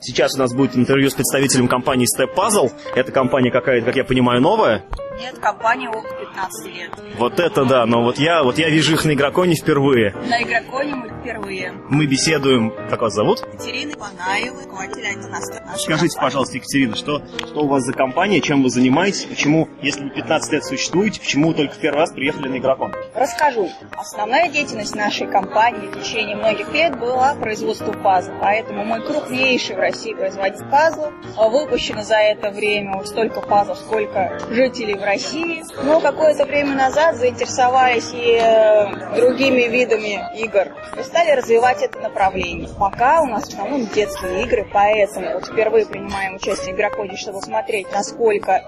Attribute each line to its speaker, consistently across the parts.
Speaker 1: Сейчас у нас будет интервью с представителем компании Step Puzzle. Эта компания какая-то, как я понимаю, новая.
Speaker 2: Нет, компании около 15 лет.
Speaker 1: Вот это да, но вот я, вот я вижу их на игроконе впервые.
Speaker 2: На игроконе мы впервые.
Speaker 1: Мы беседуем, как вас зовут?
Speaker 2: Екатерина Панаева, руководитель IT-настроя нашей
Speaker 1: Скажите,
Speaker 2: компании.
Speaker 1: пожалуйста, Екатерина, что, что у вас за компания, чем вы занимаетесь, почему, если вы 15 лет существуете, почему вы только в первый раз приехали на игрокон?
Speaker 2: Расскажу. Основная деятельность нашей компании в течение многих лет была производство пазлов. Поэтому мы крупнейший в России производитель пазлов. А Выпущено за это время уже столько пазлов, сколько жителей в России. Но какое-то время назад заинтересовались и э, другими видами игр. И стали развивать это направление. Пока у нас в основном детские игры, поэтому вот впервые принимаем участие в игрокоде, чтобы смотреть, насколько э,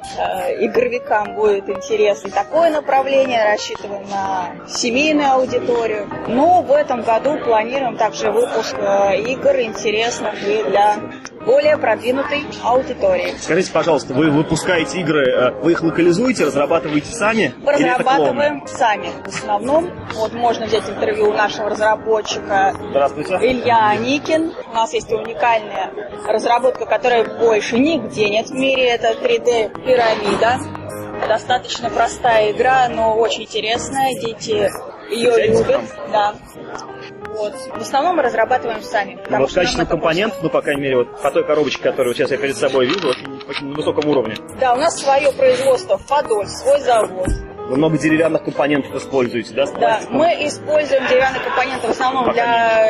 Speaker 2: игровикам будет интересно такое направление, рассчитываем на семейную аудиторию. Но в этом году планируем также выпуск э, игр интересных и для более продвинутой аудитории.
Speaker 1: Скажите, пожалуйста, вы выпускаете игры, э, вы их локализуете, разрабатываете сами?
Speaker 2: Мы
Speaker 1: Или это клоны?
Speaker 2: разрабатываем сами в основном. Вот можно взять интервью у нашего разработчика
Speaker 1: Здравствуйте. Ну,
Speaker 2: Илья Никин. У нас есть уникальная разработка, которая больше нигде нет в мире. Это 3D-пирамида. Достаточно простая игра, но очень интересная. Дети ее
Speaker 1: Получается,
Speaker 2: любят. Да. Вот. В основном мы разрабатываем сами.
Speaker 1: Ну,
Speaker 2: потому
Speaker 1: вот
Speaker 2: что нам
Speaker 1: качество
Speaker 2: это
Speaker 1: компонентов, ну, по крайней мере, вот по той коробочке, которую вот сейчас я перед собой вижу, очень, очень на высоком уровне.
Speaker 2: проще. Да, у нас свое производство в Подоль, свой завод.
Speaker 1: Вы много деревянных компонентов используете, да? с
Speaker 2: Да,
Speaker 1: пластиком?
Speaker 2: мы используем деревянные компоненты в основном
Speaker 1: Пока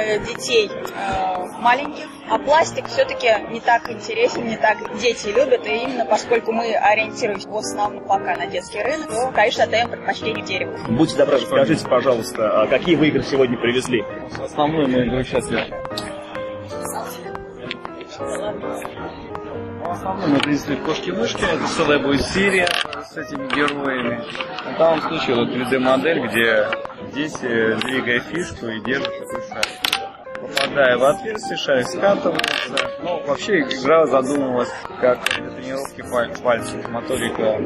Speaker 2: для детей э, маленьких, а пластик все-таки не так интересен, не так дети любят, и именно поскольку мы ориентируемся в основном пока на детский рынок, то, конечно, отдаем предпочтение дереву.
Speaker 1: Будьте добры, скажите, пожалуйста, а какие вы игры сегодня привезли?
Speaker 3: Основную мою игру сейчас я. Основную Ну, мы принесли кошки-мышки, это целая будет серия с этими героями. Ну, В данном случае вот 3D-модель, где дети, двигая фишку и держишь эту шарик. Попадая в отверстие, шарик скатывается. Ну, вообще игра задумывалась как для тренировки паль- пальцев, моторика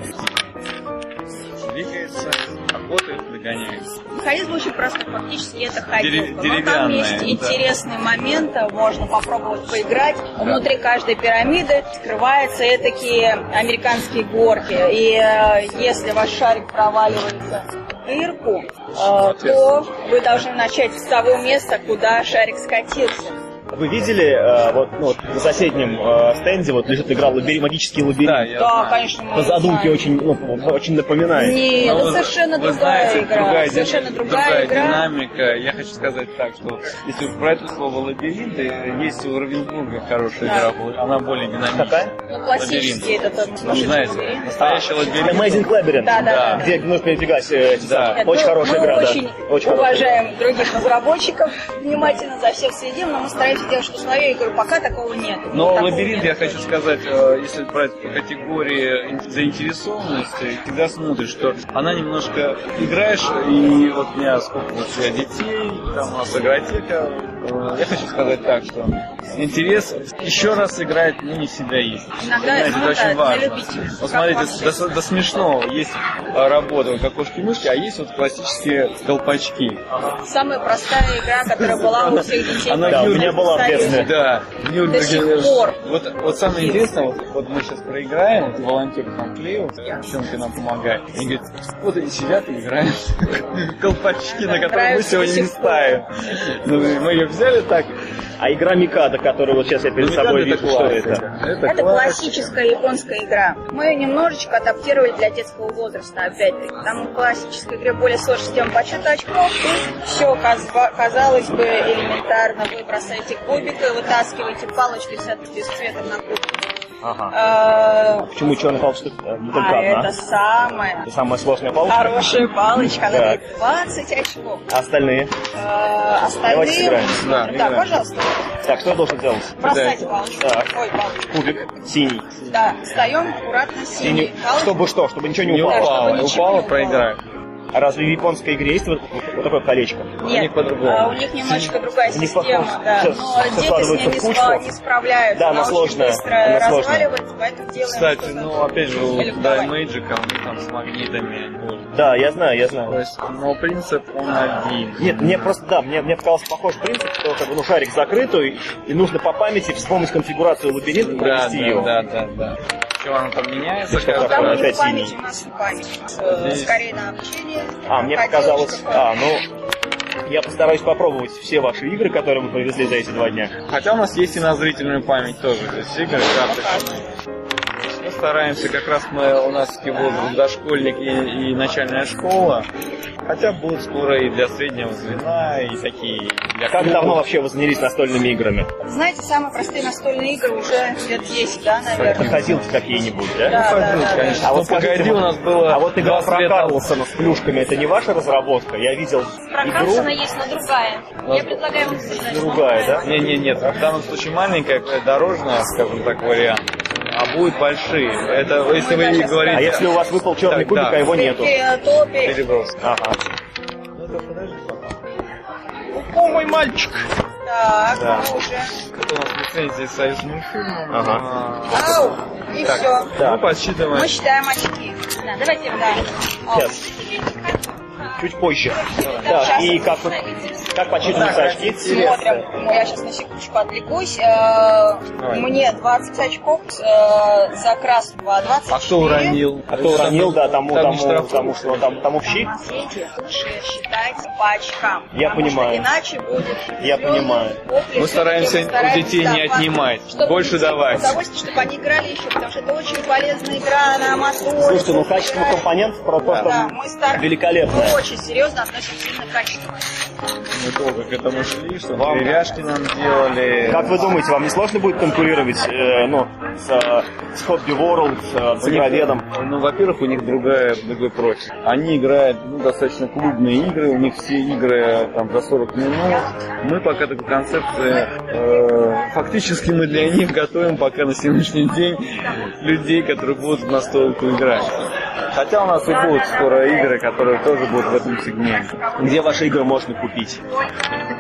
Speaker 3: двигается, работает, догоняет.
Speaker 2: Механизм очень простой, фактически это ходилка. Но там
Speaker 3: деревянная,
Speaker 2: есть
Speaker 3: да.
Speaker 2: интересный момент, а, можно попробовать поиграть. Внутри каждой пирамиды скрываются такие американские горки. И э, если ваш шарик проваливается в дырку, э, то вы должны начать с того места, куда шарик скатился.
Speaker 1: Вы видели, э, вот, ну, вот на соседнем э, стенде вот лежит игра лабиринт, «Магический
Speaker 3: Да,
Speaker 1: лабиринт».
Speaker 3: я
Speaker 2: да,
Speaker 3: знаю.
Speaker 2: конечно, мы
Speaker 1: По задумке
Speaker 2: знаем.
Speaker 1: очень, ну, очень напоминает.
Speaker 2: Нет,
Speaker 3: Но
Speaker 2: это
Speaker 3: вы-
Speaker 2: совершенно
Speaker 3: А вы
Speaker 2: другая
Speaker 3: знаете,
Speaker 2: игра.
Speaker 3: Другая,
Speaker 2: совершенно
Speaker 3: ди-
Speaker 2: другая, игра.
Speaker 3: динамика. Я хочу сказать так, что если уж брать слово лабиринт, э, есть у Равенбурга хорошая
Speaker 2: Да.
Speaker 3: игра, бо- она более динамичная.
Speaker 1: Какая?
Speaker 2: Ну, классический
Speaker 3: Лабиринт.
Speaker 2: этот там,
Speaker 3: Ну,
Speaker 2: сумасшедший
Speaker 3: знаете,
Speaker 2: лабиринт.
Speaker 3: настоящий лабиринт.
Speaker 1: Amazing Labyrinth.
Speaker 2: Да, да, да. да.
Speaker 1: Где нужно перебегать. э, эти
Speaker 3: Да.
Speaker 1: самые. Очень
Speaker 2: Ну,
Speaker 1: хорошая
Speaker 2: мы
Speaker 1: игра, да.
Speaker 2: очень
Speaker 1: Очень хорошая.
Speaker 2: уважаем других разработчиков, внимательно за всем следим, но мы стараемся делать что свое. Я говорю, пока такого нет.
Speaker 3: Но
Speaker 2: Ну, Такого
Speaker 3: лабиринт,
Speaker 2: нет.
Speaker 3: я хочу сказать, э, если брать по категории ин- заинтересованности, всегда смотришь, что она немножко играешь, и вот у меня сколько вот я детей, там у нас игротека. Э, Я хочу сказать так, что интерес еще раз играть ну, не всегда есть.
Speaker 2: Иногда,
Speaker 3: Понимаете,
Speaker 2: ну
Speaker 3: это очень
Speaker 2: да, для
Speaker 3: важно.
Speaker 2: любителей.
Speaker 3: Вот
Speaker 2: Как
Speaker 3: смотрите,
Speaker 2: вам
Speaker 3: до, до- до смешного есть э, работа, вот как кошки-мышки, а есть вот классические колпачки.
Speaker 2: Самая простая игра, которая была у всех детей.
Speaker 3: Она
Speaker 1: Да, у
Speaker 3: Юрий
Speaker 1: меня была в
Speaker 2: Союз.
Speaker 1: детстве.
Speaker 3: Да, в Нюрнберге.
Speaker 2: До сих пор.
Speaker 3: Вот, вот самое интересное, вот, вот мы сейчас проиграем, вот волонтер к нам клеил, девчонка нам помогает. И говорит, вот они сидят и играют в колпачки,
Speaker 2: Да,
Speaker 3: на которые мы
Speaker 2: нравится
Speaker 3: сегодня
Speaker 2: до
Speaker 3: не
Speaker 2: сих пор.
Speaker 3: ставим. Ну, и мы ее взяли так.
Speaker 1: А игра Микада, которую вот сейчас я перед
Speaker 3: ну,
Speaker 1: собой
Speaker 3: ребята,
Speaker 1: вижу, что
Speaker 3: классика.
Speaker 1: это?
Speaker 2: Это
Speaker 3: классика.
Speaker 2: классическая японская игра. Мы ее немножечко адаптировали для детского возраста, опять-таки. Там в классической игре более сложная система подсчета очков. Тут все, казалось бы, элементарно. Вы бросаете кубик и вытаскиваете палочку с цветом на кубик.
Speaker 1: Ага.
Speaker 2: Э,
Speaker 1: А Почему черная палочка э, не только
Speaker 2: А
Speaker 1: одна?
Speaker 2: это самая
Speaker 1: Это самая сложная палочка.
Speaker 2: хорошая палочка, она
Speaker 1: Так.
Speaker 2: дает 20 очков.
Speaker 1: А остальные?
Speaker 2: Э,
Speaker 1: Давайте
Speaker 2: Остальные...
Speaker 1: сыграем.
Speaker 3: Да,
Speaker 2: Да,
Speaker 3: играем.
Speaker 2: пожалуйста,
Speaker 1: Так, что я должен делать?
Speaker 2: бросайте палочку.
Speaker 1: Так.
Speaker 2: Ой, палочку.
Speaker 1: Кубик синий.
Speaker 2: Да, встаем аккуратно синей
Speaker 1: Синий.
Speaker 2: палочкой.
Speaker 1: Чтобы что? Чтобы ничего не
Speaker 3: Не
Speaker 1: упало.
Speaker 2: чтобы
Speaker 3: упала,
Speaker 2: ничего не
Speaker 3: упала,
Speaker 2: упало.
Speaker 3: проиграю.
Speaker 1: А разве в японской игре есть вот, вот такое колечко?
Speaker 2: Нет,
Speaker 3: них по-другому.
Speaker 2: а, у них немножечко другая
Speaker 1: У них
Speaker 2: система,
Speaker 1: по-другому.
Speaker 2: да.
Speaker 1: Всё
Speaker 2: Но дети с
Speaker 1: складывается
Speaker 2: ними
Speaker 1: в кучку.
Speaker 2: спа- не справляются.
Speaker 1: Да, она
Speaker 2: очень
Speaker 1: сложная,
Speaker 2: быстро
Speaker 1: она сложная.
Speaker 2: разваливается, поэтому делаем
Speaker 3: Кстати,
Speaker 2: что-то
Speaker 3: ну опять же, у да,
Speaker 2: электронное.
Speaker 3: Magic, у них там с магнитами. вот.
Speaker 1: Да, я знаю, я
Speaker 3: То
Speaker 1: знаю.
Speaker 3: есть, но принцип он один.
Speaker 1: Нет, мне просто, да, мне, мне показался похож принцип, что как бы, ну, шарик закрытый, и нужно по памяти вспомнить конфигурацию лабиринта и
Speaker 3: да,
Speaker 1: провести его.
Speaker 3: да, да, да, да. Чего она там меняется?
Speaker 1: Да что
Speaker 3: каждый
Speaker 1: такое?
Speaker 2: Там у
Speaker 3: раз?
Speaker 2: них
Speaker 1: опять
Speaker 2: память,
Speaker 1: синий.
Speaker 2: у нас не память. Э,
Speaker 3: Здесь.
Speaker 2: Скорее на обучение.
Speaker 1: А, мне
Speaker 2: Хотелось
Speaker 1: показалось,
Speaker 2: такое.
Speaker 1: а, ну, я постараюсь попробовать все ваши игры, которые вы привезли за эти два дня.
Speaker 3: Хотя у нас есть и на зрительную память тоже. То есть игры,
Speaker 1: а,
Speaker 3: карточные. Мы стараемся, как раз мы, у нас таки возраст дошкольник и, и начальная школа. Хотя будут скоро и для среднего звена, и такие для
Speaker 1: Как
Speaker 3: клубов.
Speaker 1: давно вообще вы занялись настольными играми?
Speaker 2: Знаете, самые простые настольные игры уже лет 10, да, наверное.
Speaker 1: Проходилки какие-нибудь, да?
Speaker 2: Да, да,
Speaker 3: Пойдут,
Speaker 2: да,
Speaker 3: конечно.
Speaker 1: А
Speaker 3: Ну,
Speaker 1: вот скажите,
Speaker 3: погоди,
Speaker 1: вот-
Speaker 3: у нас было
Speaker 1: А вот игра
Speaker 3: 20
Speaker 1: про
Speaker 3: лет назад.
Speaker 1: Карлсона с плюшками, это не ваша разработка? Я видел
Speaker 4: Про Карлсона
Speaker 1: игру,
Speaker 4: есть, но другая. Я предлагаю вам сыграть.
Speaker 1: другая, да?
Speaker 3: Не, не, нет. В данном случае маленькая какая-то дорожная, скажем так, вариант. А будут большие. Это если вы не говорите.
Speaker 1: А если у вас выпал черный
Speaker 3: Так,
Speaker 1: кубик,
Speaker 3: да.
Speaker 1: а его нету?
Speaker 2: Топи, э, топи.
Speaker 3: переброс?
Speaker 1: Ага.
Speaker 3: О, мой мальчик!
Speaker 2: Так,
Speaker 1: Да.
Speaker 2: ну уже.
Speaker 3: Это у нас лицензия союзного фильма.
Speaker 1: Ага.
Speaker 2: Ау, и
Speaker 3: Так.
Speaker 2: все.
Speaker 3: А, Мы
Speaker 1: Так,
Speaker 3: подсчитываем.
Speaker 2: Мы считаем очки.
Speaker 4: Да, давайте
Speaker 2: Да. Ау.
Speaker 1: сейчас. Чуть позже.
Speaker 2: Сейчас.
Speaker 1: Так, и как, вы- как подсчитываются
Speaker 3: Так,
Speaker 1: очки?
Speaker 2: Смотрим. Ну, я сейчас на секундочку отвлекусь. Э, Мне 20 очков э, за красную, а 20
Speaker 3: А кто уронил?
Speaker 1: А кто уронил, да, тому,
Speaker 3: Ну, Там
Speaker 1: тому,
Speaker 3: штраф.
Speaker 1: тому, что там, тому в щи.
Speaker 2: Дети лучше считать по очкам.
Speaker 1: Я
Speaker 2: потому что
Speaker 1: понимаю.
Speaker 2: иначе будет.
Speaker 1: Я
Speaker 2: определенный
Speaker 1: понимаю.
Speaker 2: комплекс.
Speaker 3: Мы стараемся у детей не
Speaker 2: да,
Speaker 3: отнимать,
Speaker 2: чтобы
Speaker 3: больше
Speaker 2: детям было
Speaker 3: давать.
Speaker 2: Удовольствие, чтобы они играли еще, потому что это очень полезная игра, она моторит.
Speaker 1: Слушайте, ну качество
Speaker 2: собирает.
Speaker 1: компонентов про-
Speaker 2: Да,
Speaker 1: просто
Speaker 2: мы стар-
Speaker 1: великолепное.
Speaker 2: Мы очень серьезно относимся именно к качеству.
Speaker 3: Мы долго к этому шли, что
Speaker 1: Вам-
Speaker 3: деревяшки нам делали.
Speaker 1: Как вы думаете, вам не сложно будет конкурировать э, ну, с, э, с Hobby World, э, с
Speaker 3: У них-
Speaker 1: игроведом?
Speaker 3: Ну, во-первых, у них другая, другой профиль. Они играют ну, достаточно клубные игры, у них все игры э, там за 40 минут. Мы пока такой концепции, э, фактически мы для них готовим пока на сегодняшний день людей, которые будут в настолку играть. Хотя у нас и будут скоро игры, которые тоже будут в этом сегменте.
Speaker 1: Где ваши игры можно купить?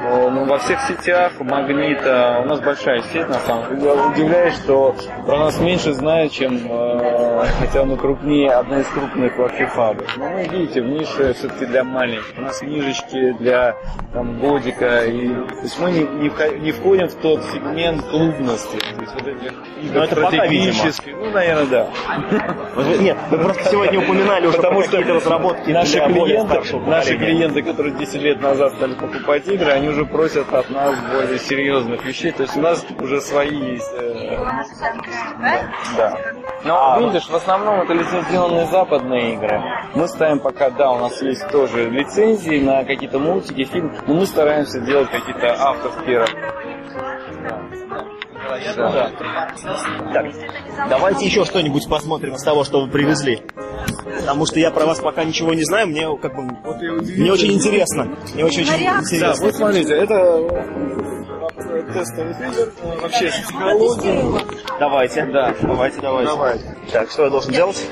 Speaker 3: Э, Ну, во всех сетях, у Магнита, у нас большая сеть, на самом деле. Я удивляюсь, что про нас меньше знают, чем, э, хотя мы крупнее, одна из крупных локи-фабрик. Но мы, видите, в нише все-таки для маленьких. У нас книжечки для там, годика. И... То есть мы не, не вха- не входим в тот сегмент клубности. То есть вот этих игр
Speaker 1: Ну, это пока, видимо.
Speaker 3: стратегических. Ну, наверное, да.
Speaker 1: Вот вы- Нет, вы просто сегодня упоминали уже потому
Speaker 3: Потому что
Speaker 1: что это разработки
Speaker 3: Наши
Speaker 1: для более
Speaker 3: клиенты,
Speaker 1: старшего
Speaker 3: наши
Speaker 1: поколения.
Speaker 3: клиенты, которые 10 лет назад стали покупать игры, они уже просят от нас более серьезных вещей. То есть у нас уже свои есть. э, Да. Но
Speaker 1: А.
Speaker 3: Ну, видишь, в основном это лицензионные западные игры. Мы ставим пока, да, у нас есть тоже лицензии на какие-то мультики, фильмы, но мы стараемся делать какие-то авторские работы. Да. Да.
Speaker 1: Так, давайте еще что-нибудь посмотрим из того, что вы привезли. Потому что я про вас пока ничего не знаю, мне как бы мне очень интересно. Мне очень, очень
Speaker 3: Да,
Speaker 1: интересно.
Speaker 3: вот смотрите, это э, тестовый триггер, э, вообще с психологией.
Speaker 1: Давайте.
Speaker 3: Да.
Speaker 1: Давайте, давайте. Так, что я должен делать?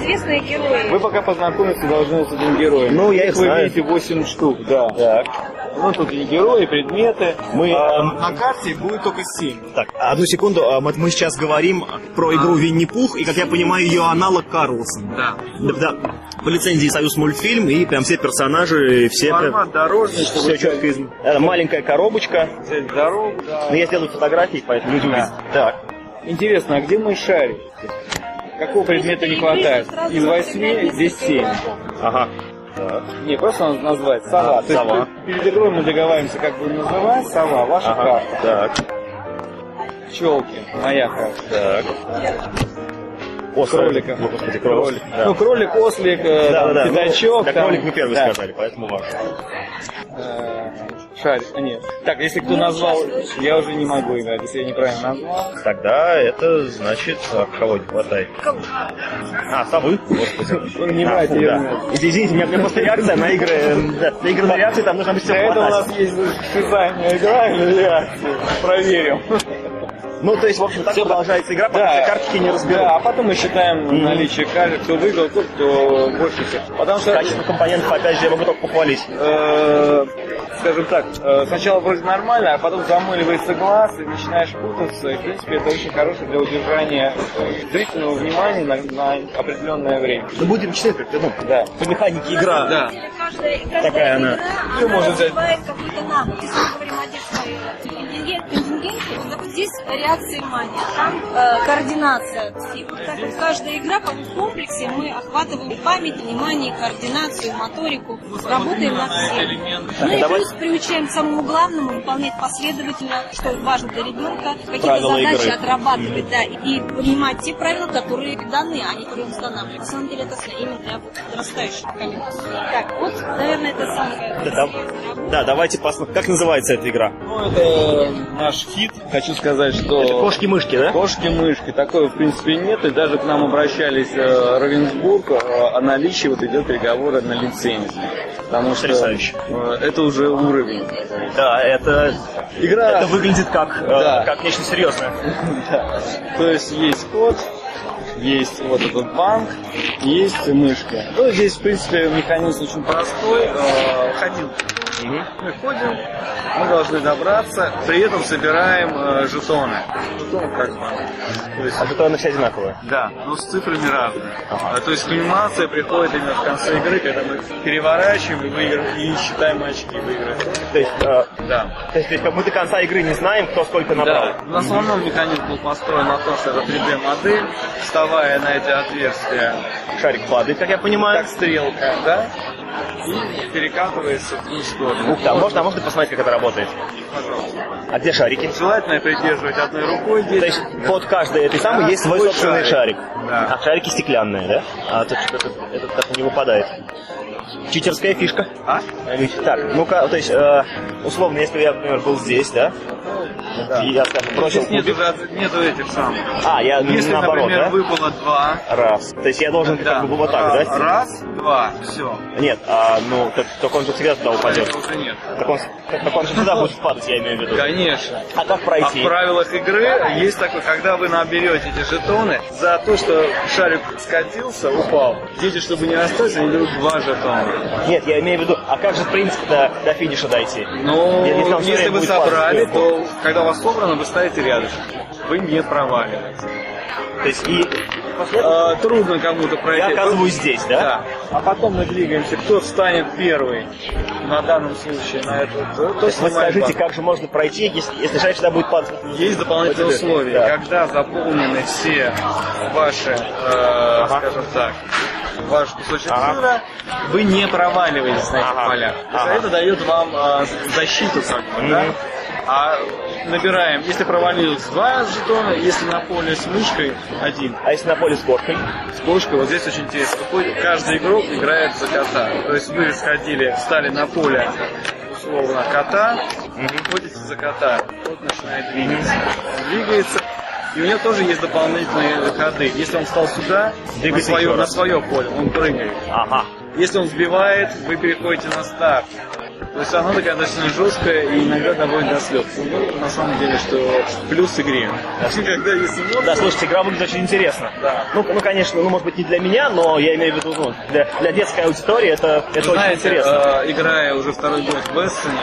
Speaker 4: Известные герои.
Speaker 3: Вы пока познакомиться должны с этим героем.
Speaker 1: Ну, я
Speaker 3: Их
Speaker 1: их
Speaker 3: вы
Speaker 1: знаю.
Speaker 3: видите 8 штук, да.
Speaker 1: Так.
Speaker 3: Ну, тут и герои, и предметы.
Speaker 1: Мы,
Speaker 3: А,
Speaker 1: эм,
Speaker 3: на карте будет только 7.
Speaker 1: Так, одну секунду, а, мы, мы сейчас говорим про игру Винни-Пух, и, как я понимаю, ее аналог Карлсон.
Speaker 3: А. Да.
Speaker 1: Да, да, по лицензии Союз мультфильм, и прям все персонажи, и все...
Speaker 3: Формат дорожный, чтобы
Speaker 1: Все четко из... Это маленькая коробочка,
Speaker 3: взять дорогу.
Speaker 1: но я сделаю фотографии, поэтому люди
Speaker 3: Да.
Speaker 1: увидят. Так.
Speaker 3: Интересно, а где мой шарик? Какого предмета не хватает? Из 8 здесь 7.
Speaker 1: Ага.
Speaker 3: Не, просто надо назвать. Сова.
Speaker 1: А,
Speaker 3: То есть
Speaker 1: сова.
Speaker 3: пер- Перед игрой мы договариваемся, как будем называть. Сова, ваша
Speaker 1: Ага.
Speaker 3: карта.
Speaker 1: Так,
Speaker 3: Пчелки, моя карта.
Speaker 1: так. Ослик.
Speaker 3: Кролика.
Speaker 1: Ну, господи, кролик. Да.
Speaker 3: Ну, кролик, ослик, э,
Speaker 1: да,
Speaker 3: там,
Speaker 1: да, да.
Speaker 3: пятачок.
Speaker 1: Ну, так
Speaker 3: там,
Speaker 1: кролик мы первый
Speaker 3: да.
Speaker 1: сказали, поэтому важно.
Speaker 3: Э, Шарик, а, нет. Так, если кто назвал, я уже не могу играть, если я неправильно назвал.
Speaker 1: Тогда это значит, а, кого не хватает? А, совы, господи.
Speaker 3: Не
Speaker 1: А,
Speaker 3: врать,
Speaker 1: фу,
Speaker 3: я
Speaker 1: да. Извините, у меня у меня просто реакция на игры, э, да, на игры на реакции, там нужно быть все
Speaker 3: Для этого у нас есть шизайная игра или реакция. Проверим.
Speaker 1: Ну, то есть, в общем, так
Speaker 3: Всё
Speaker 1: продолжается игра, пока
Speaker 3: Да.
Speaker 1: все карточки не
Speaker 3: Да,
Speaker 1: разберут.
Speaker 3: а потом мы считаем наличие каждый, кто выиграл, тот, кто больше всех. Потому что
Speaker 1: Качество компонентов, опять же, я могу только похвалить.
Speaker 3: э, скажем так, э, сначала вроде нормально, а потом замыливается глаз и начинаешь путаться. И, в принципе, это очень хорошо для удержания э, зрительного внимания на, на определенное время.
Speaker 1: Ну, будем читать, как ты, ну,
Speaker 3: Да.
Speaker 1: по механике игра.
Speaker 3: Да.
Speaker 4: Каждая, каждая
Speaker 1: Такая она.
Speaker 4: игра,
Speaker 3: Её
Speaker 4: она
Speaker 3: можно взять.
Speaker 4: развивает какую-то навык. Если мы говорим о детской контингенте, контингенте, так вот здесь реакция и мания, там э, координация. И вот так вот каждая игра по в комплексе мы охватываем память, внимание, координацию, моторику, работаем над всем. Ну и
Speaker 1: Давай-
Speaker 4: плюс приучаем к самому главному выполнять последовательно, что важно для ребенка, какие-то
Speaker 1: Правила
Speaker 4: задачи
Speaker 1: игры.
Speaker 4: отрабатывать, да, и понимать те правила, которые даны, а не которые устанавливают. На самом деле это именно для подрастающих коллег. Так, вот, наверное, это самое.
Speaker 1: Да, да. Да, давайте посмотрим. Как называется эта игра?
Speaker 3: Ну, это наш хит. Хочу сказать, что...
Speaker 1: Это кошки-мышки, да?
Speaker 3: Кошки-мышки, такое в принципе нет, и даже к нам обращались э, Равенсбург, э, о наличии вот идет переговоры на лицензию. Потому что
Speaker 1: Потрясающе.
Speaker 3: э, это уже уровень.
Speaker 1: Да, это...
Speaker 3: Игра-
Speaker 1: Это выглядит как, э,
Speaker 3: Да.
Speaker 1: как нечто серьезное.
Speaker 3: Да. То есть есть код, есть вот этот банк, есть мышка. Ну, здесь, в принципе, механизм очень простой. Э, Ходил. Мы ходим, мы должны добраться, при этом собираем э, жетоны. Жетонов как мало. То есть
Speaker 1: А жетоны все одинаковые.
Speaker 3: Да, но с цифрами разные. А, То есть кульминация приходит именно в конце игры, когда мы переворачиваем и, выиграем, и считаем очки выиграть.
Speaker 1: То есть, э,
Speaker 3: Да.
Speaker 1: то есть, то есть как мы до конца игры не знаем, кто сколько набрал.
Speaker 3: Да. В основном механизм был построен на том, что это 3D-модель, вставая на эти отверстия,
Speaker 1: Шарик падает, как я понимаю.
Speaker 3: как стрелка, да, и перекатывается в другую сторону.
Speaker 1: Ух ты, а можно, а можно посмотреть, как это работает?
Speaker 3: Пожалуйста.
Speaker 1: А где шарики?
Speaker 3: Желательно придерживать одной рукой
Speaker 1: То
Speaker 3: здесь.
Speaker 1: есть под каждой этой самой
Speaker 3: Да,
Speaker 1: есть свой
Speaker 3: свой
Speaker 1: собственный шарик.
Speaker 3: шарик. Да.
Speaker 1: А шарики стеклянные, да? А тут этот, этот так не выпадает. Читерская фишка.
Speaker 3: А?
Speaker 1: Так, ну-ка, то есть, э, условно, если я, например, был здесь, да?
Speaker 3: Да.
Speaker 1: И я, скажем, бросил
Speaker 3: Здесь нету,
Speaker 1: кубик.
Speaker 3: раз- нету этих самых.
Speaker 1: А, я
Speaker 3: Если,
Speaker 1: наоборот,
Speaker 3: например,
Speaker 1: да?
Speaker 3: выпало два,
Speaker 1: Раз. То есть я должен
Speaker 3: да,
Speaker 1: как бы вот так,
Speaker 3: а,
Speaker 1: да?
Speaker 3: раз, два, все.
Speaker 1: Нет, а, ну, так, так он же всегда туда упадет.
Speaker 3: Конечно, нет.
Speaker 1: Так он, так, так он же всегда будет падать, я имею в виду.
Speaker 3: Конечно.
Speaker 1: А как
Speaker 3: А в
Speaker 1: пройти?
Speaker 3: правилах игры есть такое, когда вы наберете эти жетоны, за то, что шарик скатился, упал, дети, чтобы не остались, они дают два жетона.
Speaker 1: Нет, я имею в виду, а как же, в принципе, до, до финиша дойти?
Speaker 3: Но
Speaker 1: Я не знал, что
Speaker 3: если
Speaker 1: время
Speaker 3: вы
Speaker 1: будет падать
Speaker 3: собрали,
Speaker 1: сверху.
Speaker 3: то когда у вас собрано, вы ставите рядышком. Вы не проваливаете.
Speaker 1: То есть и после этого
Speaker 3: Э, трудно кому-то
Speaker 1: я
Speaker 3: пройти.
Speaker 1: оказываюсь здесь, да?
Speaker 3: Да. А потом мы двигаемся. Кто встанет первый на данном случае на эту, то,
Speaker 1: То есть вы
Speaker 3: снимает
Speaker 1: скажите,
Speaker 3: банк.
Speaker 1: как же можно пройти, если, если шарик всегда будет падать?
Speaker 3: Есть дополнительные
Speaker 1: Вот это,
Speaker 3: условия.
Speaker 1: да.
Speaker 3: Когда заполнены все ваши, э, скажем так, ваш кусочек
Speaker 1: Ага.
Speaker 3: сыра, вы не проваливаетесь на этих
Speaker 1: Ага.
Speaker 3: полях. То есть
Speaker 1: Ага.
Speaker 3: Это дает вам э, защиту, как бы, да?
Speaker 1: Мгм.
Speaker 3: А набираем, если провалилось два жетона, если на поле с мышкой один.
Speaker 1: А если на поле с горкой?
Speaker 3: С кошкой вот здесь очень интересно. Какой- Каждый игрок играет за кота. То есть вы сходили, встали на поле условно кота, ходите за кота. Кот начинает двигаться. Двигается. И у него тоже есть дополнительные ходы. Если он встал сюда, на
Speaker 1: Двигается
Speaker 3: свое,
Speaker 1: еще
Speaker 3: на
Speaker 1: раз.
Speaker 3: свое поле, он прыгает.
Speaker 1: Ага.
Speaker 3: Если он сбивает, вы переходите на старт. То есть оно такая достаточно жесткая и иногда доводит до слез. Ну, на самом деле, что плюс игре. Когда есть эмоции,
Speaker 1: Да, слушайте, игра выглядит очень интересно.
Speaker 3: Да.
Speaker 1: Ну, ну, конечно, ну, может быть, не для меня, но я имею в виду, ну, для, для детской аудитории это, это
Speaker 3: Вы
Speaker 1: очень
Speaker 3: знаете,
Speaker 1: интересно.
Speaker 3: э, играя уже второй год в Эссене,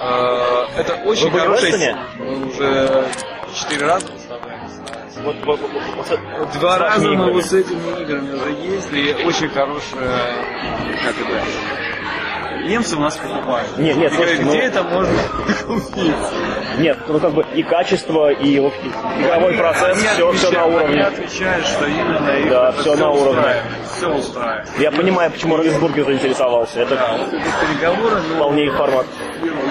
Speaker 3: э, это очень
Speaker 1: были в
Speaker 3: хороший...
Speaker 1: Эссене?
Speaker 3: Мы уже четыре раза выставляемся.
Speaker 1: Вот, вот, вот, вот, вот,
Speaker 3: Два
Speaker 1: с
Speaker 3: раза
Speaker 1: вашими
Speaker 3: мы
Speaker 1: играми.
Speaker 3: вот с этими играми уже ездили, и очень хорошая, как это, немцы у нас покупают.
Speaker 1: Не, нет,
Speaker 3: И говорят,
Speaker 1: слушайте, ну-
Speaker 3: где это можно купить?
Speaker 1: Нет, ну как бы и качество, и вот игровой процесс,
Speaker 3: Они
Speaker 1: все, все на
Speaker 3: отвечают- Они
Speaker 1: уровне.
Speaker 3: отвечают, что именно их
Speaker 1: Да,
Speaker 3: это
Speaker 1: всё на уровне.
Speaker 3: устраивает, Все устраивает.
Speaker 1: Я понимаю, почему Равенсбурге заинтересовался.
Speaker 3: Да,
Speaker 1: Это
Speaker 3: вот эти переговоры, ну,
Speaker 1: вполне их формат.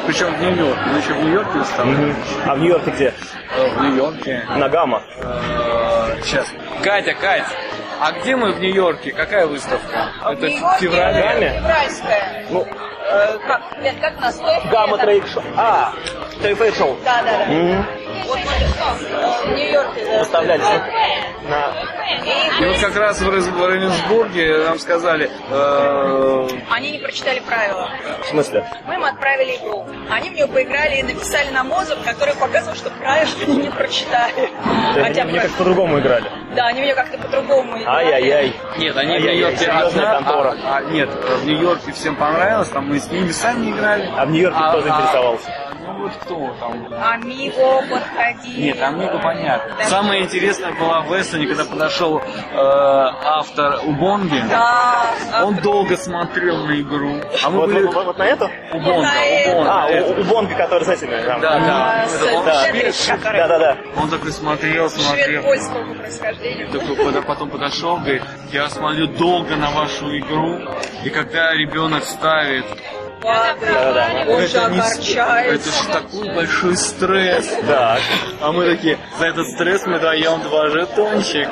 Speaker 3: Причем в Нью-Йорке. Мы еще в Нью-Йорке
Speaker 1: Мгм.
Speaker 3: установили.
Speaker 1: А в Нью-Йорке где?
Speaker 3: В Нью-Йорке.
Speaker 1: На Гамма.
Speaker 3: Э, Сейчас. Катя, Катя, а где мы в Нью-Йорке? Какая выставка?
Speaker 2: А В Нью-Йорке Февральская.
Speaker 1: Ну,
Speaker 2: Э, как, нет, как на стойке?
Speaker 1: Гамма
Speaker 2: это-
Speaker 1: Трейд Шоу. А, Трейд Шоу.
Speaker 2: Да, да, да.
Speaker 1: Мгм.
Speaker 2: Вот мы э, в Нью-Йорке. да.
Speaker 1: Выставлялись, да?
Speaker 2: Да,
Speaker 1: на...
Speaker 3: И вот как раз в Рыз- в Равенсбурге нам сказали, э,
Speaker 2: Они не прочитали правила.
Speaker 1: В смысле?
Speaker 2: Мы им отправили игру. Они в нее поиграли и написали нам отзыв, который показывал, что правила они не прочитали.
Speaker 1: То есть
Speaker 2: Хотя
Speaker 1: они мне
Speaker 2: про-
Speaker 1: как по-другому играли.
Speaker 2: Да, они в нее как-то по-другому играли.
Speaker 1: Ай-яй-яй.
Speaker 3: Нет, они в
Speaker 1: Ай-яй-яй,
Speaker 3: Нью-Йорке
Speaker 1: серьезная
Speaker 3: а одна-
Speaker 1: контора.
Speaker 3: а- а, нет, в Нью-Йорке всем понравилось, там мы с ними сами играли.
Speaker 1: А в Нью-Йорке кто заинтересовался?
Speaker 3: а, ну вот кто там?
Speaker 2: Амиго подходили.
Speaker 3: Нет, там много понятно.
Speaker 2: Да.
Speaker 3: Самое интересное было в Эстоне, когда подошел э, автор Убонги.
Speaker 2: Да, а,
Speaker 3: Он долго смотрел на игру. А мы
Speaker 1: Вот,
Speaker 3: были
Speaker 1: вот- вот на эту?
Speaker 3: Убонга,
Speaker 2: На это.
Speaker 3: Убонга.
Speaker 1: А,
Speaker 3: это.
Speaker 1: у, у Бонга, который с этими. там.
Speaker 3: Да, да.
Speaker 2: а, с-
Speaker 3: Он,
Speaker 1: да.
Speaker 2: Шедрич, который
Speaker 1: да, да. да.
Speaker 3: он такой смотрел,
Speaker 2: швед
Speaker 3: смотрел.
Speaker 2: польского по происхождению.
Speaker 3: такой под- потом подошел, говорит, я смотрю долго на вашу игру, и когда ребенок ставит,
Speaker 1: Да-да-да.
Speaker 2: Он же
Speaker 3: это, не с- это
Speaker 2: огорчается.
Speaker 3: ж такой большой стресс.
Speaker 1: Да.
Speaker 3: А мы такие, за этот стресс мы даем два жетончика.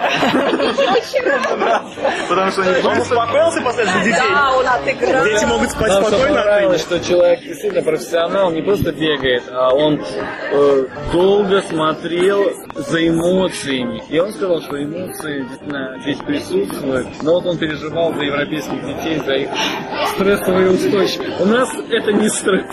Speaker 3: Потому что они
Speaker 1: Ну, Он успокоился после этого детей.
Speaker 2: Да, он отыграл.
Speaker 1: Дети могут спать
Speaker 3: Нам всё
Speaker 1: спокойно от
Speaker 3: понравилось,
Speaker 1: нынешнего.
Speaker 3: что человек действительно профессионал, не просто бегает, а он э, долго смотрел за эмоциями. И он сказал, что эмоции действительно здесь присутствуют, но вот он переживал за европейских детей, за их стрессовые устойчивость. У нас это не стресс.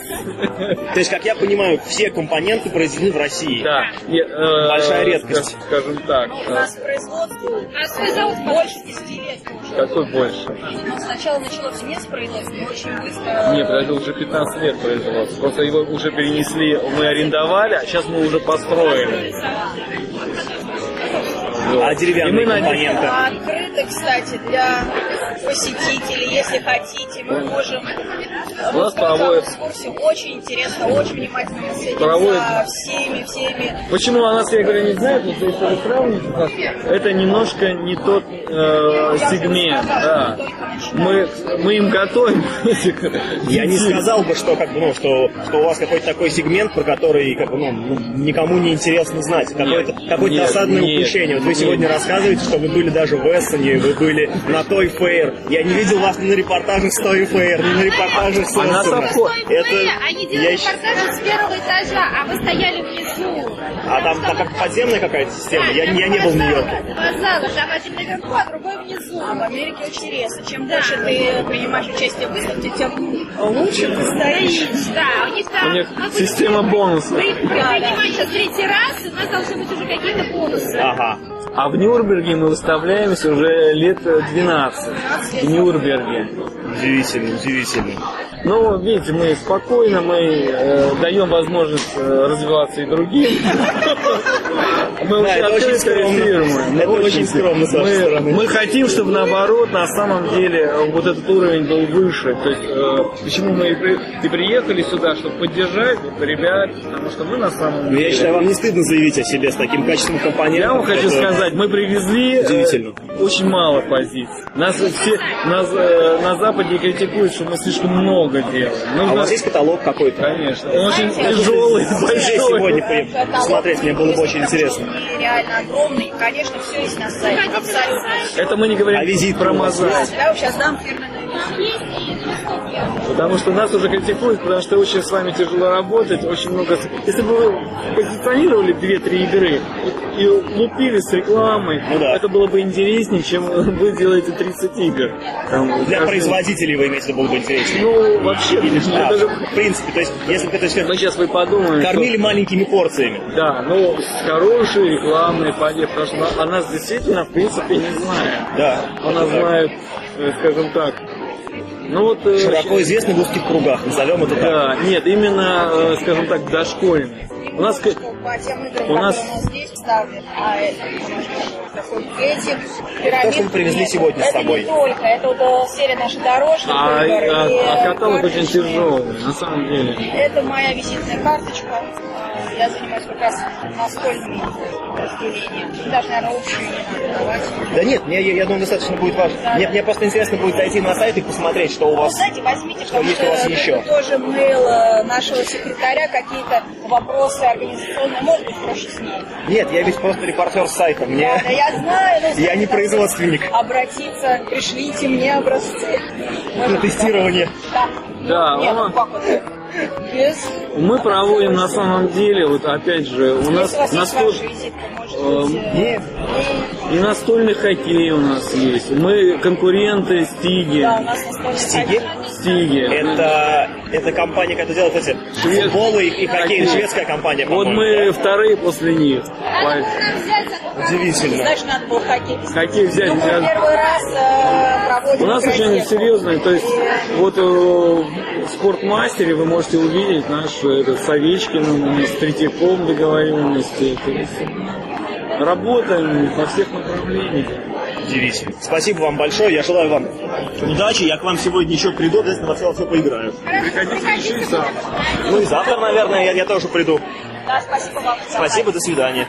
Speaker 1: То есть, как я понимаю, все компоненты произведены в России.
Speaker 3: Да. И, э,
Speaker 1: Большая редкость.
Speaker 3: ска- Скажем так.
Speaker 2: У
Speaker 3: э,
Speaker 2: нас производство
Speaker 4: А
Speaker 2: больше 10 лет уже.
Speaker 3: Какой больше?
Speaker 4: Ну, сначала началось не с производства, но очень быстро.
Speaker 3: Нет, подожди, уже 15 лет производство. Просто его уже перенесли, мы арендовали, а сейчас мы уже построили. Вот.
Speaker 1: А деревянные
Speaker 3: И мы наде-
Speaker 1: компоненты?
Speaker 2: Открыто, кстати, для посетителей, если хотите, мы можем э,
Speaker 3: У нас проводят-
Speaker 2: экскурсию. Очень интересно, очень внимательно мы следим
Speaker 3: Проводят-
Speaker 2: за всеми, всеми.
Speaker 3: Почему о нас, я говорю, не знают, но то, что вы сравниваете нас, это немножко не тот э,
Speaker 2: Как я
Speaker 3: сегмент.
Speaker 2: рассказала,
Speaker 3: Да.
Speaker 2: мы только начинаем.
Speaker 3: Мы, мы им готовим этих
Speaker 1: Я не
Speaker 3: детей.
Speaker 1: сказал бы, что как бы, ну, что, что у вас какой-то такой сегмент, про который как бы, ну, никому не интересно знать. Какое-то какое
Speaker 3: нет,
Speaker 1: досадное
Speaker 3: нет,
Speaker 1: упущение. Вот вы
Speaker 3: нет.
Speaker 1: сегодня рассказываете, что вы были даже в Эссене, вы были на Той Фейр. Я не видел вас ни на репортажах с Той Фейр, ни на репортажах с
Speaker 3: А нас
Speaker 1: Эссена.
Speaker 3: обход-
Speaker 1: Это,
Speaker 5: Они
Speaker 1: я
Speaker 5: делали
Speaker 1: щ-
Speaker 5: репортажи с первого этажа, а вы стояли внизу.
Speaker 1: а там, там как подземная какая-то система, я, я не был в Нью-Йорке.
Speaker 5: Два зала, там один наверху, а другой внизу.
Speaker 2: Ну, А в Америке очень интересно. Чем больше ты принимаешь участие в выставке, тем лучше ты стоишь.
Speaker 5: Да, у них там...
Speaker 3: У них
Speaker 5: ну, вы-
Speaker 3: система бонусов.
Speaker 5: Вы вы
Speaker 2: Да, да.
Speaker 5: принимаете сейчас третий раз, и у нас должны быть уже какие-то бонусы.
Speaker 1: Ага.
Speaker 3: А в Нюрнберге мы выставляемся уже лет э, 12. В Нюрнберге.
Speaker 1: Удивительно, удивительно.
Speaker 3: Ну, видите, мы спокойно, мы э, даем возможность э, развиваться и другим. Мы
Speaker 1: Да,
Speaker 3: очень
Speaker 1: это очень
Speaker 3: открытая
Speaker 1: скромно.
Speaker 3: фирма.
Speaker 1: Это очень скромно с вашей
Speaker 3: Мы-
Speaker 1: стороны.
Speaker 3: Мы хотим, чтобы наоборот, на самом деле, э, вот этот уровень был выше. То есть, э, почему мы и, при- и приехали сюда, чтобы поддержать вот, ребят, потому что мы на самом
Speaker 1: Ну,
Speaker 3: деле...
Speaker 1: я считаю, вам не стыдно заявить о себе с таким качеством компании.
Speaker 3: Я вам хочу сказать, мы привезли э,
Speaker 1: Удивительно.
Speaker 3: очень мало позиций. Нас все нас, э, на Западе критикуют, что мы слишком много делаем.
Speaker 1: А
Speaker 3: Нужно-
Speaker 1: у вас есть каталог какой-то?
Speaker 3: Конечно. Он очень тяжелый,
Speaker 1: Музей
Speaker 3: большой.
Speaker 1: сегодня при- посмотреть, мне было бы очень интересно.
Speaker 2: И реально огромный. Конечно, все есть на сайте. Абсолютно.
Speaker 3: Это мы не говорим
Speaker 1: А визит
Speaker 3: про
Speaker 1: у вас
Speaker 3: мозаику.
Speaker 2: Я вам сейчас дам фирменный
Speaker 3: Потому что нас уже критикуют, потому что очень с вами тяжело работать, очень много... с- Если бы вы позиционировали 2-3 игры и лупили с рекламой,
Speaker 1: Ну да.
Speaker 3: это было бы интереснее, чем вы делаете 30 игр. Там,
Speaker 1: Для
Speaker 3: каждый-
Speaker 1: производителей вы имеете, в виду, было бы интересно.
Speaker 3: Ну, вообще,
Speaker 1: Или что?
Speaker 3: это же-
Speaker 1: В принципе, то есть, если бы, то есть,
Speaker 3: мы сейчас вы подумаем, что-
Speaker 1: кормили маленькими порциями.
Speaker 3: Да, ну, с хорошей рекламной поде, потому что она- о нас действительно, в принципе, не знает.
Speaker 1: Да.
Speaker 3: Она знает, э, скажем так, ну вот... э,
Speaker 1: Широко известны в узких кругах, назовем это так.
Speaker 3: Да, нет, именно, э, скажем так, дошкольный. У нас... к-
Speaker 2: по тем играм, которые
Speaker 3: У нас-
Speaker 2: у нас здесь вставлен, а это такой этим
Speaker 1: то, что вы привезли сегодня с собой.
Speaker 2: Это не только, это вот э, серия наших дорожных
Speaker 3: А,
Speaker 2: игр
Speaker 3: а-
Speaker 2: и, э,
Speaker 3: а каталог очень
Speaker 2: карточные.
Speaker 3: тяжелый, на самом деле.
Speaker 2: Это моя визитная карточка. Э, Я занимаюсь как раз настольным разделением. Даже, наверное, лучше ее не надо давать.
Speaker 1: Да нет, мне, я, я думаю, достаточно будет важно. Нет, мне просто интересно будет зайти на сайт и посмотреть, что у
Speaker 2: Ну,
Speaker 1: вас...
Speaker 2: знаете, возьмите,
Speaker 1: Что
Speaker 2: потому
Speaker 1: есть у вас еще?
Speaker 2: тоже мейл э, нашего секретаря, какие-то вопросы организационные, может быть, проще с ней.
Speaker 1: Нет, я ведь просто репортер с сайта. Мне...
Speaker 2: Да, я знаю. но
Speaker 1: Я не
Speaker 2: так
Speaker 1: производственник.
Speaker 2: Обратиться, пришлите мне образцы.
Speaker 1: На тестирование.
Speaker 2: Да.
Speaker 3: Да,
Speaker 2: Нет,
Speaker 3: он-
Speaker 2: как вот, без...
Speaker 3: Мы проводим на самом деле, вот опять же, у нас
Speaker 2: Если у вас есть
Speaker 3: настоль-
Speaker 2: ваши визитки, может
Speaker 3: э,
Speaker 2: быть, э,
Speaker 3: и настольный хоккей у нас есть. Мы конкуренты Стиги.
Speaker 2: да, у нас настольный
Speaker 1: Стиги?
Speaker 2: хоккей.
Speaker 3: Стиги.
Speaker 1: Это, это компания, которая делает эти
Speaker 3: Швед-
Speaker 1: футболы и, и хоккей.
Speaker 3: Хоккей.
Speaker 1: Шведская компания,
Speaker 3: Вот
Speaker 1: по-моему,
Speaker 3: мы
Speaker 1: да?
Speaker 3: вторые после них. По-
Speaker 1: Удивительно.
Speaker 2: Знаешь, надо было хоккей.
Speaker 3: Хоккей взять.
Speaker 2: Ну, мы
Speaker 3: взять.
Speaker 2: первый раз э, проводим
Speaker 3: У нас очень
Speaker 2: кросс-теху.
Speaker 3: серьезные, то есть вот э, в спортмастере вы можете увидеть наш э, этот, с Овечкиным, у нас с Третьяком договоренности. То есть работаем во всех направлениях.
Speaker 1: Удивительно. Спасибо вам большое. Я желаю вам удачи. Я к вам сегодня еще приду, обязательно во все, во все поиграю.
Speaker 3: Приходите, решиться.
Speaker 1: Ну и завтра, наверное, я, я тоже приду.
Speaker 2: Да, спасибо вам. за
Speaker 1: Спасибо, до свидания.